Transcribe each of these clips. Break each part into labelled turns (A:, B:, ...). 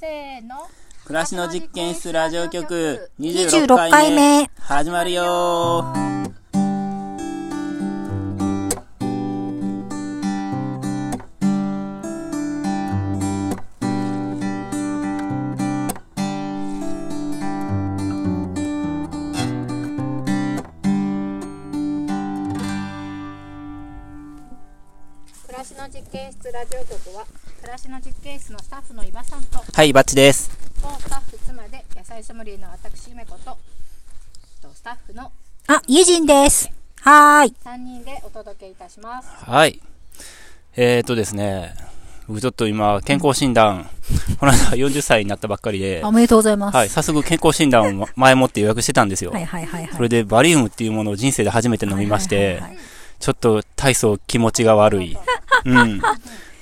A: せーの
B: 暮らしの実験室ラジオ局26
C: 26回
B: 回目
C: 目。
B: 始まるよ
A: 暮らしの実験室ラジオ局は暮らしの実験室のスタッフの伊庭さんと
B: はいバッチです
A: 当スタッフ妻で野菜ソムリエの私めこととスタッフの
C: あ、ゆじんです。はーい。
A: 3人でお届けいたします
B: はいえー、っとですね僕ちょっと今健康診断この間40歳になったばっかりで
C: おめでとうございます。
B: はい早速健康診断を前もって予約してたんですよ、
C: はいはいはいはい。
B: それでバリウムっていうものを人生で初めて飲みまして、
C: はいはいはいはい
B: ちょっと体操気持ちが悪 い。うん。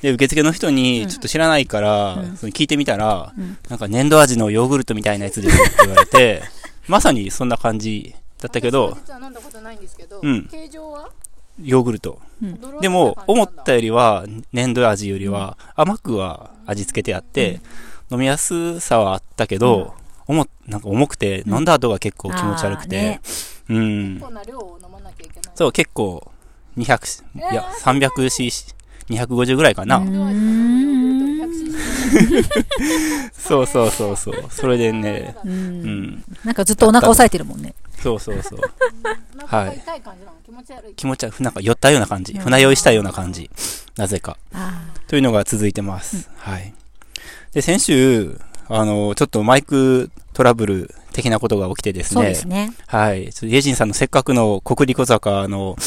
B: で、受付の人に、ちょっと知らないから、その聞いてみたら、なんか粘土味のヨーグルトみたいなやつですって言われ て、まさにそんな感じだったけど
A: 私、実は飲んだことないんですけど、
B: うん
A: 形状は
B: ヨーグルト。でも、思ったよりは、粘土味よりは、甘くは味付けてあって、飲みやすさはあったけど、おもなんか重くて、飲んだ後が結構気持ち悪くて、うん
A: 結。構な量を飲まなきゃいけない
B: そう、結構、200し、いや、300cc、250ぐらいかな。
C: う
A: ヨー
C: ーん。
A: グルト 100cc
B: そうそうそうそう。それでね、
C: う。
B: うんん。
C: なんかずっとお腹押さえてるもんね。
B: そうそうそう。
A: なんか痛い感じなの気持ち悪い
B: 気持ちは、なんか寄ったような感じ。船酔いしたような感じ。なぜか。
C: あ
B: というのが続いてます。はい。で、先週、あの、ちょっとマイクトラブル的なことが起きてで
C: ー
B: す
C: そう
B: ね。
C: ですね。
B: はい。ちょっとイェジンさんのせっかくの国立小坂の、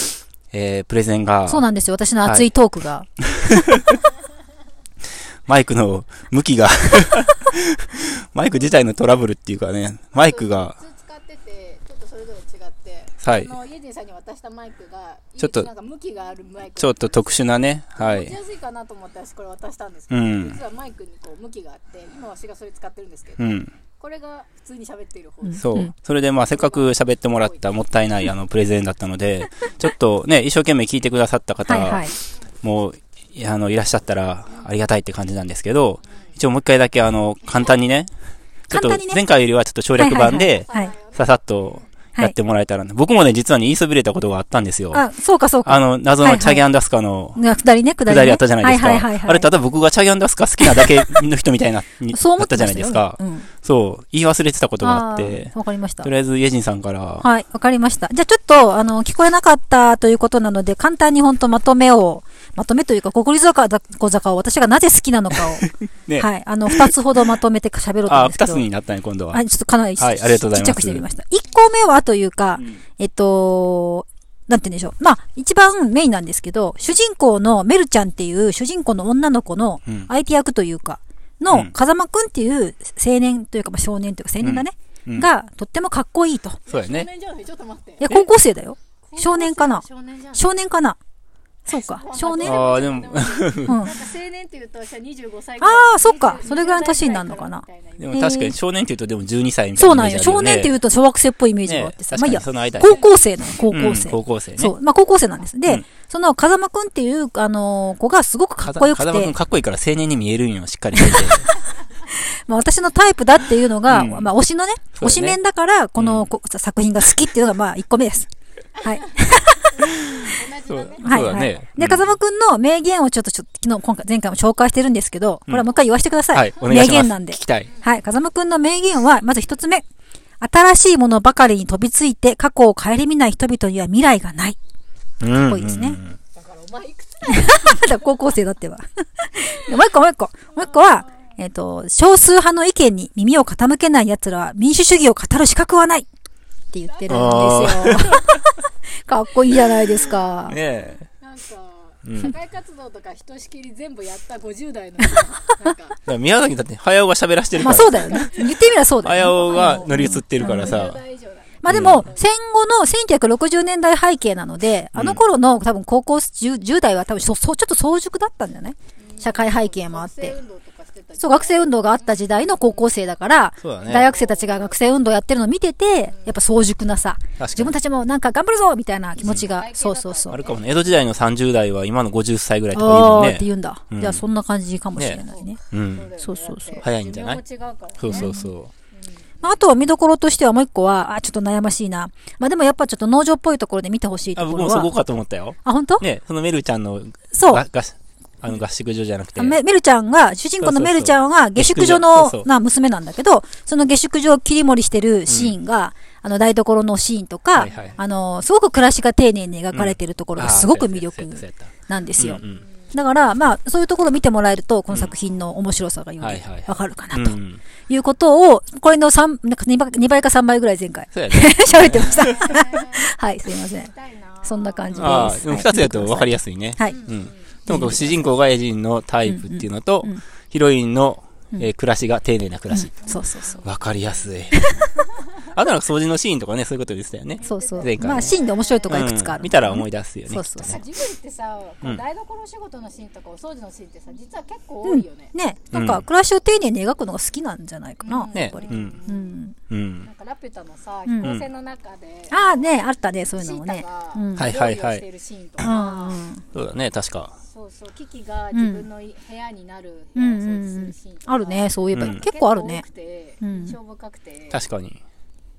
B: えー、プレゼンが、
C: そうなんですよ。私の熱いトークが。
B: マイクの向きが、 マイク自体のトラブルっていうかね、マイクが、
A: 普通使っててちょっとそれぞれ違って
B: はい
A: あ。のイエジンさんに渡したマイクが
B: ちょっと
A: なんか向きがあるマイク
B: ちょっと特殊なね、は
A: 持ち
B: い。
A: やすいかなと思って私これ渡したんですけど、
B: うん
A: 実はマイクにこう向きがあって今私がそれ使ってるんですけど、
B: うん。
A: これが普通に喋っている方
C: う
A: で
C: ん
A: す、
B: そう。それでまあせっかく喋ってもらったもったいないあのプレゼンだったの で、ちょっとね、一生懸命聞いてくださった
C: はいは
B: 方
C: い。
B: もいあのいらっしゃったらありがたいって感じなんですけど、一応もう一回だけあの簡単にね、ちょっと
C: 簡単にね
B: 前回よりはちょっと省略版で
C: はい。
B: ささっとやってもらえたらな、僕もね、実はね言いそびれたことがあったんですよ。
C: あ、そうかそう
B: あ
C: か。
B: の、謎のチャゲアンダスカの
C: ね下りね、下りね。
B: 下りあったじゃないですか。
C: はいはいはいはい。
B: あれ、ただ僕がチャゲアンダスカ好きなだけの人みたいな、に
C: そう
B: だ
C: 思
B: っ
C: っ
B: た
C: て
B: じゃな
C: まし
B: い
C: た
B: で
C: よ
B: すか。
C: うん。
B: そう、言い忘れてたことがあって
C: ー、わかりました
B: と。りあえず、イェジンさんから、
C: はい、わかりました。じゃあちょっと、あの、聞こえなかったということなので、簡単に本当まとめを、まとめというか、国立坂だ小坂を私がなぜ好きなのかを、
B: ね
C: はい、あの、二つほどまとめて喋ろうと思うん
B: あ、
C: ですけ
B: 二つ
C: ど。
B: になったね、今度は。
C: はい、ちょっとかなり、
B: はいありがとうございます
C: ちっちゃくしてみました。一個目はというか、
B: うん
C: えっと、なんて言うんでしょう。まあ、一番メインなんですけど、主人公のメルちゃんっていう主人公の女の子の
B: うん
C: 相手役というか、
B: う
C: の
B: ん、
C: 風間くんっていう青年というか、まあ、少年というか青年だね、
B: うん
C: が、とってもかっこいいと。
B: そうや
A: 少
B: ね。
A: 年じゃないちょっと待って
C: いや、高校生だよ。少年かな
A: 少年じゃない
C: 少年かなそうか。
A: そ
C: 少
A: う
C: 年
A: ね
C: あ
B: ああ、でも
A: で、も
C: うん
A: なんか青年っていうと私は25歳
C: あーそっかそれぐらいの年になるのかな
B: でも確かに少年って言うと、でも12歳みたいな。
C: そうなんよ。少年って言
B: う
C: うと小学生っぽいイメー
B: イメージ
C: ジ
B: あるよ
C: があっ
B: ねね
C: てさ。
B: 確か
C: まあいい
B: に
C: や
B: そ。の間や
C: 高校生なの、高校
B: うん
C: 生。
B: 高校生ね。
C: そう。まあ高校生なんです。で、
B: うん
C: その風間くんっていう、あのー子がすごくかっこよく
B: 風間君
C: て、
B: かっこいいから青年に見えるんよ、しっかり 見えて。
C: まあ私のタイプだっていうのが、
B: うん
C: まあ推しのね、
B: そうだね
C: 推し面だから、この、
B: うん
C: こ作品が好きっていうのがまあ1個目です。 はい。
B: そう
C: はい、
B: そうだ
C: は
B: ね
C: い。
B: う
C: で、
B: ん
C: 風間くんの名言をちょっと、ちょっと昨日、今回、前回も紹介してるんですけど、これはもう一回言わせてください。
B: はい、お願いしま
C: 名
B: す。
C: 言なんで
B: 聞。きたい。
C: はい、風間くんの名言は、まず一つ目。新しいものばかりに飛びついて、過去を顧みない人々には未来がない。
B: うん
C: っこいいですね
B: うん
A: だからお前いくつ
C: まだ高校生だっては。 でもう一個、もう一個。もう一個は、えっ、と、少数派の意見に耳を傾けない奴らは民主主義を語る資格はないって言ってるんですよ。 かっこいいじゃないですか。
B: ねえ。
A: なんか
B: うん
A: 社会活動とかひとしきり全部やった50代の人なんか
B: だから宮崎だって、早尾が喋らしてる
C: ま
B: か
C: あ
B: ら。
C: そうだよね。言ってみればそうだ
B: 早
C: よ
B: 尾
C: ね。
B: が乗り移ってるから
A: 50
B: さ。
A: 代以上だね
C: まあでも、戦後の1960年代背景なので、あの頃の多分高校 10, 10代は多分そそちょっと早熟だったんじゃない社会背景もあっ
A: 学生
C: て。
A: 運動とかして
C: そう、学生運動があった時代の高校生だから、
B: そうだね。
C: 大学生たちが学生運動やってるのを見てて、やっぱ早熟なさ、
B: 確
C: 自
B: か
C: 分
B: に。
C: たちもなんか頑張るぞみたいな気持ちが、
A: うん
C: そうそうそう。
B: あるかもね。江戸時代の30代は今の50歳ぐらいとか言う
C: あ
B: もん
C: あーっ
B: ね
C: て。言うんだ。
B: うん
C: じゃあそんな感じかもしれないね。
B: うん。
C: そうそうそう
B: 早いんじゃない
A: 寿命も違う からね
B: そうそうそ。
C: まあ、あとは見どころとしてはもう一個は、あ、ちょっと悩ましいな。まあでもやっぱちょっと農場っぽいところで見てほしいう
B: あ、
C: とこ
B: 僕
C: ろ
B: もそ
C: は。
B: こかと思ったよ。
C: あ、本当？
B: ね、そのメルちゃんの
C: そう
B: が。合あの合宿所じゃなくて。
C: あメメルちゃんが、主人公のメルちゃんが下宿
B: そ
C: 所
B: うそうそ
C: の
B: う
C: な娘なんだけど、その下宿所を切り盛りしてるシーンが、あの台所のシーンとか、
B: はいはい
C: あの、すごく暮らしが丁寧に描かれてるところがすごく魅力なんで
B: です
C: よ。
B: うん
C: だから、まあ、そういうところを見てもらえると、この作品の面白さがよ
B: はい
C: り
B: はいはい
C: わかるか
B: うん。
C: な
B: う
C: と
B: ん
C: いうことを、これの三なんか2倍二倍か3倍ぐらい前回
B: そうやね。
C: 喋ってました。 はい、すいません
A: 見。たいな
C: そんな感じです。
B: ああ、でも
C: は
B: 二
C: い
B: つやと分かりやすいね。
C: はい。
B: うん。ともかく主人公がエジンのタイプっていうのと
C: うんうん、
B: ヒロインの
C: うん
B: えー暮らしが丁寧な暮らし。
C: そうそうそう。
B: 分かりや すい。あとなんか掃除のシーンとかね、そういうことでしたよね。
C: そうそう。
B: 前回ね
C: まあ、シーンで面白いとこはいくつかあ
B: う
C: る、
B: ん見たら思い出すよね。
C: そうそうそう。
A: ジブリってさ、こ
B: う
A: うん台所仕事のシーンとかお掃除のシーンってさ、実は結構多いよね。
C: ね、なんか暮らしを丁寧に描くのが好きなんじゃないかな、
A: うん
C: やっ
B: ね
C: ぱり。。
B: う
C: うん
B: ん。うん
A: な。んかラピュタのさ、
C: うん
A: 飛行船の中で、
C: ああね、あったね、そういう
A: シ
C: の
A: ー
C: も
A: タ
C: ね。
A: が
C: うん
B: はい
A: 料理をしてるシーンと
C: う
A: か、
C: んうん
B: そうだね、確か。
A: そうそう、キキが自分のい部屋になる部
C: う
A: 屋を
C: んう
A: 掃除す
C: ん
A: るシーンとか。
C: あるね、そういえば、
B: うん
C: 結構あるね
A: 結。構多くて
C: う
A: 印
C: ん
A: 象深くて、
B: 確かに。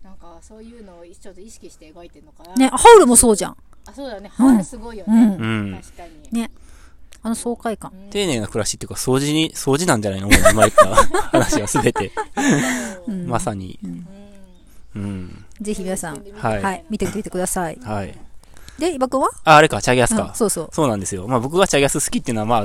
A: なんかそういうのをちょっと意識して描いてるのかな。
C: ね、ハウルもそうじゃん。
A: あ、そうだね。ハウルすごいよね。
C: う
B: うん。
A: 確かに。
C: ね。あの爽快感。
B: 丁寧な暮らしっていうか、掃除に、掃除なんじゃないのもう今言った話はすべて。
C: うん
B: まさに。
A: うん
B: うん。
C: ぜひ皆さん、
B: はい
C: はい、見てみてください。
B: はい。
C: で、伊庭くんは
B: あ、あれか、チャギアス
C: うん
B: か。
C: そうそう。
B: そうなんですよ。まあ僕がチャギアス好きっていうのはまあ、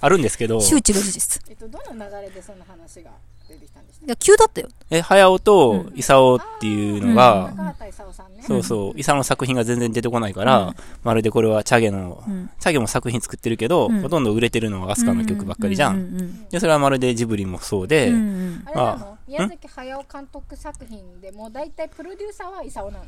B: あるんですけど、
C: 周知の事実。
A: えっと、どの流れでその話が出てきたんでしたっ
C: いや、急だったよ。
B: え、早尾と伊オっていうの
A: け
B: が、
A: 中畑勲さんね。
B: そうそう、伊オの作品が全然出てこないから、まるでこれはチャゲの、
C: うん
B: チャゲも作品作ってるけど、
C: うん
B: ほとんど売れてるのはアスカの曲ばっかりじゃん。
C: ううん
B: で、それはまるでジブリもそう
C: うん
B: で、
C: うんうん
A: あれなの
B: あ
A: 宮崎駿監督作品でもう大体プロデューサーは功なの。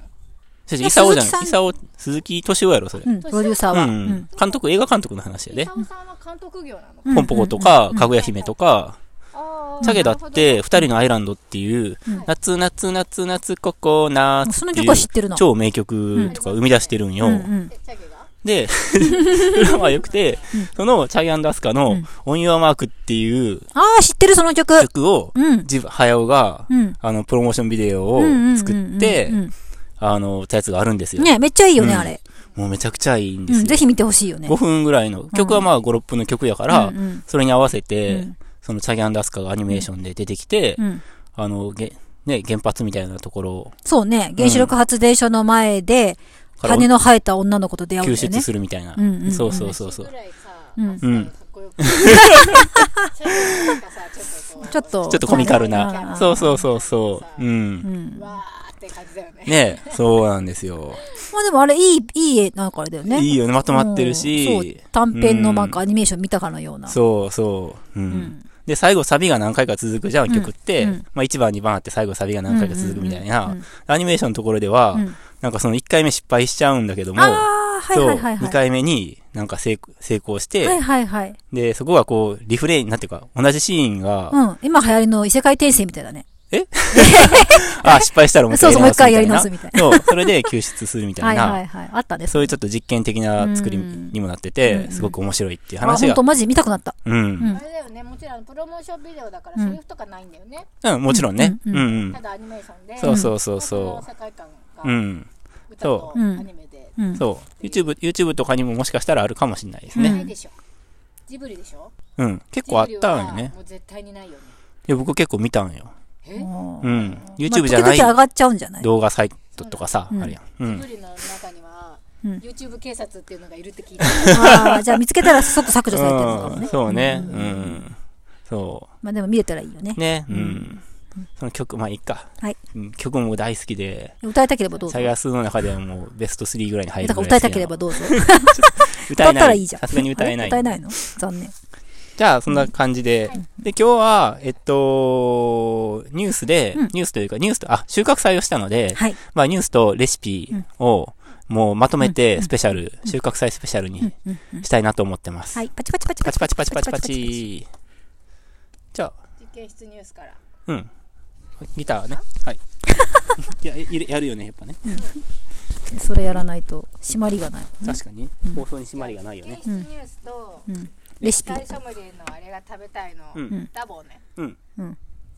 B: 先
C: いや
B: 生、功じゃ
C: 鈴木さ
B: なんい。功、鈴木敏夫やろ、それ。
C: うん。プロデューサーは。
B: うん
C: うん
B: 監督、映画監督の話やで。
A: 功さんは監督業なの。
C: うん
B: ポンポコとか、かぐや姫とか、
A: ああ
B: チャゲだって、二人のアイランドっていう、夏夏夏夏ココナッツ
C: そ
B: っ
C: の
B: てい
C: 曲は
B: う
C: 知ってるな。
B: 超名曲とか生み出してるんよ。
C: うんうん
A: えチャゲが
B: で、 それはまあ良くて、そのチャギアスカ
C: う
B: の
C: ん
B: オン・ユア・マークっていう
C: ああ、知ってる、その曲。
B: 曲を、
C: うん。
B: 自分、早尾が、
C: うん。
B: あの、プロモーションビデオを作って
C: うんうんうん、
B: あの、たやつがあるんですよ。
C: ねめっちゃいいよね、
B: うん
C: あれ。
B: もうめちゃくちゃいいんで
C: う
B: す
C: ん、
B: よ。
C: ぜひ見てほしいよね。
B: 5分ぐらいの、曲はまあ5、6分の曲やから、
C: うんうん
B: それに合わせて、
C: うん
B: そのチャギアンダスカがアニメーションで出てきて、
C: うん
B: あの、げね、原発みたいなところを
C: そうね、原子力発電所の前で、
B: から
C: 羽の生えた女の子と出会うん
B: 救
C: だよ
B: 出
C: ね。
B: するみたいな。
C: うんうんうん
B: そうそうそうそう
A: ぐ。らいさ、
C: うん
A: あそう
B: うん
A: かっこよく。チャゲなんかさ、ちょっとこう
C: ちょっ
B: ち
C: と。
B: ょっとコミカル
C: う
B: な。
C: ん
B: そうそうそうそう。う。
C: うんん。ま
A: わーって感じだよね。
B: ね、そうなんですよ。
C: あでもあれ、いい、いい絵なんかあれだよね。
B: いいよね、まとまってる
C: うん
B: し
C: そう。、短編のなんか
B: う
C: アニメーション見たかのような。
B: そうそう。う。
C: うんん。
B: で、最後サビが何回か続くじゃん、曲って
C: うん。
B: まあ1番、2番あって最後サビが何回か続くみたい
C: うんうん
B: な
C: うん。
B: アニメーションのところでは
C: うん、
B: なんかその1回目失敗しちゃうんだけども、
C: ああ、はい
B: そう、
C: はいはいはい。
B: 2回目になんか成成功し
C: はい
B: て、
C: はいはい。
B: で、そこがこう、リフレイン、なんていうか、同じシーンが、
C: うん。今流行りの異世界転生みたいだね。
B: あ、失敗したらもう
C: そうそう、もう一回やり
B: な
C: 直すみたいな。
B: そう、それで救出するみた
C: はいいは
B: な、
C: いはい。あったね。
B: そういうちょっと実験的な作り
C: うん
B: にもなって
C: うんう
B: て、
C: ん
B: すごく面白いっていう
C: あ、
B: 話
C: 本
B: が
C: 当。マジ見たくなった。
B: う。
C: うんん
A: あ。れだよね、もちろんプロモーションビデオだから
C: うん
A: セリフとかないんだよね。
B: うん、もちろんね。
C: う
B: うんん
C: う
B: うんん。
A: ただアニメーションで、
B: そうそうそう
A: の
B: そ
A: 世界観が
B: う。うん。
A: 歌と
C: うん
A: アニメで。
C: うん。
B: そう。YouTube、YouTube とかにももしかしたらあるかもしれないです
C: うん
B: ね。
A: ないでしょ。ジブリでしょ
B: うん。結構あったんよ
A: ジブリは
B: ね。
A: もう絶対にないよね。
B: いや、僕結構見たんよ。
A: えジ
C: あー
B: うん。
C: ま
B: YouTube
C: あ
B: じゃな
C: 時々上
B: い
C: がっちゃうんじゃない
B: 動画サイトとかさ、
C: うん
B: あるやん。う
A: ブ
B: ん。
A: リの中には、
C: うん
A: YouTube 警察っていうのがいるって聞いた。
C: あーじゃあ見つけたら即削除されてるのかも
B: うん
C: ね。
B: そうね。
C: う
B: うんん。そ
C: まあでも見れたらいいよね
B: う。。ね。う。
C: うん
B: その曲、まあいいか。
C: はい
B: うん。曲も大好きで、
C: 歌いたければどうぞ。
B: サイガースの中ではもうベスト3ぐらいに入る
C: だか
B: ぐ
C: ら
B: ら
C: 歌
B: い好
C: いた
B: きな
C: けれ
B: の
C: ばどうぞ。
B: 歌え
C: 歌った
B: な
C: らいい
B: い。
C: じゃん。
B: さすがに歌えな
C: あれ
B: い。
C: 歌えないの残念。
B: じゃあ、そんな感じで。で、今日は、えっと、ニュースで、
C: うん
B: ニュースというか、ニュースと、あ、収穫祭をしたので、
C: はい。
B: まあ、ニュースとレシピを、もうまとめ
C: うん
B: て、スペシャル、収穫祭スペシャルに
C: うんうん
B: したいなと思ってます。
C: はい。パチパチパチ
B: パチパチパチパチパ
C: パチパチ
B: チ。じ
A: 実験室ニュースから
B: うん。ギターね。はい。 いや、いやるよね、やっぱね。
C: それやらないと締まりがない、
B: 確かに。放送に締まりがないよね
A: 実。験室ニュースと
C: うん、レシピ
A: 機械ソムリエのあれが食べたいの、
B: うん
A: ダボをね
B: うん。
C: うん